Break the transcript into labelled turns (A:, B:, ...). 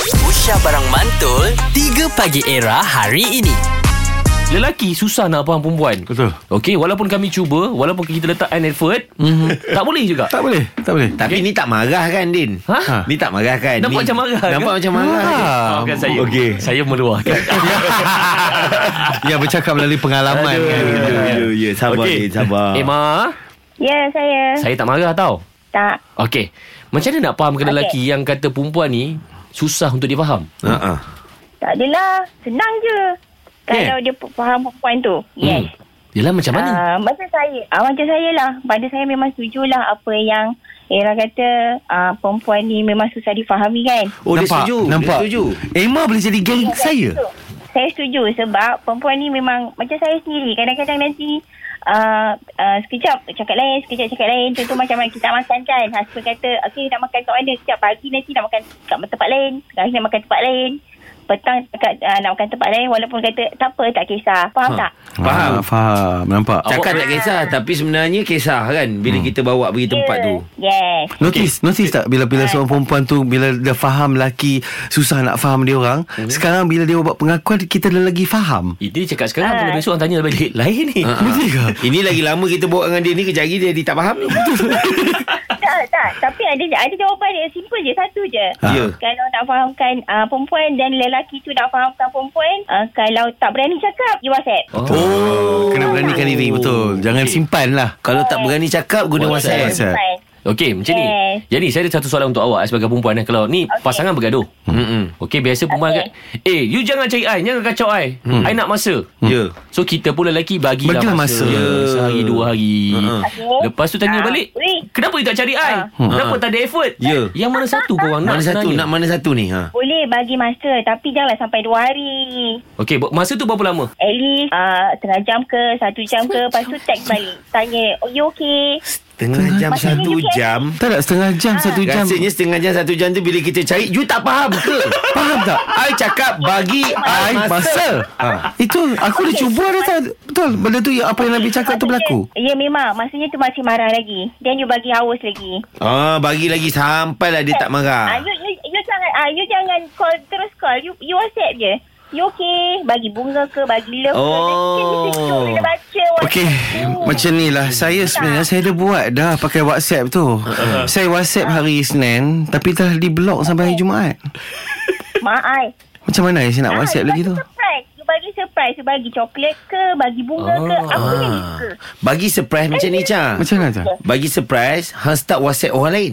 A: Aisyah Barang Mantul 3 Pagi Era hari ini
B: Lelaki susah nak faham perempuan
C: Betul.
B: Okey, walaupun kami cuba Walaupun kita letak an effort
D: Mhm.
B: mm-hmm. Tak boleh juga
C: Tak boleh Eh, Tak boleh
D: Tapi ni tak marah kan Din?
B: Ha?
D: Ni tak marah kan?
B: Nampak
D: ni,
B: macam marah ke?
D: Nampak macam
C: Ah.
D: marah. Ha.
B: Maafkan saya
C: Okey.
B: Saya meluahkan
C: Ya bercakap melalui pengalaman
B: Aduh.
C: kan
D: Ya, ya, ya. Sabar
C: Okey.
D: okay. Din,
C: Ah.
D: sabar.
B: Eh Ma
E: Ya, saya.
B: Saya tak marah tau
E: Tak.
B: Okey Macam mana nak faham ke
E: Okey.
B: lelaki Yang kata perempuan ni Susah untuk difaham
D: Ha, ha.
E: Tak adalah. Senang je. Kalau dia p- faham perempuan tu. Yes.
B: Hmm. Yelah macam mana
E: Ah, macam saya. ah macam saya lah. Pada saya memang setujulah apa yang Ella kata ah, perempuan ni memang susah difahami kan.
D: Oh, dia
C: Nampak?
D: setuju.
C: Nampak?
D: Dia setuju.
C: Emma boleh jadi geng saya
E: Betul. Saya setuju sebab perempuan ni memang macam saya sendiri. Kadang-kadang nanti uh, uh, sekejap cakap lain, sekejap cakap lain. Contoh macam mana kita makan kan. Husband kata, okay nak makan kat mana? Sekejap pagi nanti nak makan kat tempat lain. Sekarang nak makan tempat lain. Petang kat, uh, nak makan tempat lain walaupun kata tak apa, tak kisah. Faham ha. tak?
D: Faham.
C: Ah, Faham Nampak
B: Awak-
D: Cakap tak kisah tapi sebenarnya kisah kan bila hmm. kita bawa pergi tempat
E: Ya.
D: tu.
E: Yes.
C: Notice Notice tak Bila bila seorang perempuan tu Bila dia faham lelaki Susah nak faham dia orang
D: Mhm.
C: Sekarang bila dia buat pengakuan Kita dah lagi faham
B: Eh, Dia cakap sekarang
E: Ah.
B: Kalau besok orang tanya balik Lain ni
D: Ha, ha.
C: Betul ke?
D: Ini lagi lama kita bawa dengan dia ni Kejap lagi dia, dia tak faham ni
E: tak, tak. Tapi ada ada jawapan yang simple je. Satu je.
D: Ha. Ya.
E: Kalau nak fahamkan uh, perempuan dan lelaki tu nak fahamkan perempuan, uh, kalau tak berani cakap, you WhatsApp.
B: Oh.
C: Oh Kena beranikan diri Betul Jangan simpan lah
D: Kalau tak berani cakap Guna
C: WhatsApp.
D: WhatsApp
E: Perempuan.
B: Okey macam ni
E: Yes.
B: Jadi saya ada satu soalan untuk awak eh, Sebagai perempuan eh. Kalau ni
E: Okey.
B: pasangan bergaduh
D: Mm-mm.
B: Okey biasa perempuan okay.
E: Okey.
B: kat, Eh you jangan cari I Jangan kacau I hmm. I nak masa
D: Ya
B: So kita pula lelaki Bagilah,
C: Bagilah
B: masa,
C: masa.
B: Ya, Sehari dua hari
D: Ha.
E: Okey.
B: Lepas tu tanya
E: Ah,
B: balik
E: weh.
B: Kenapa you tak cari I Kenapa tak ada effort
D: Ya.
B: Yang mana satu korang nak
D: Mana satu
B: sebenarnya?
D: Nak mana satu ni ha.
E: Boleh bagi masa tapi janganlah sampai dua hari.
B: Okey bu- masa tu berapa lama
E: At least uh, setengah jam ke, satu jam ke. Lepas tu text balik. Tanya, oh you okay?
D: Tengah jam
E: Maksudnya
D: Satu
E: you can-
D: jam
C: Tak tak setengah jam Satu jam
D: Ah. Rasanya setengah jam Satu jam tu Bila kita cari You tak faham ke
C: Faham tak?
D: I cakap Bagi I
C: I
D: masa
C: masa ha. Itu Aku dah cuba dah tak Betul Benda tu yang- Apa yang Nabi cakap tu berlaku
E: Ya memang. Maksudnya tu masih marah lagi. Then you bagi hours lagi.
D: Ah, Bagi lagi Sampailah dia tak
E: Ah,
D: marah
E: you, you, you, jangan, ah, you jangan call, terus call. You, you WhatsApp je. You okay? Bagi bunga ke? Bagi love ke?
D: Oh.
E: Then you Bila baca WhatsApp
C: Okey,
E: tu.
C: macam ni lah. Saya sebenarnya saya dah buat dah pakai WhatsApp tu.
D: Ah.
C: Saya WhatsApp hari Isnin tapi telah diblok sampai hari Jumaat.
E: Mak I.
C: Macam mana saya nak
E: Ah,
C: WhatsApp
E: you
C: lagi
E: bagi
C: tu?
E: Surprise. You bagi surprise. You bagi coklat ke? Bagi bunga ke?
C: Oh.
D: Ah.
E: Apa yang you suka?
D: Bagi surprise macam ni Cha
C: Macam mana tu?
D: Bagi surprise Hang start whatsapp orang lain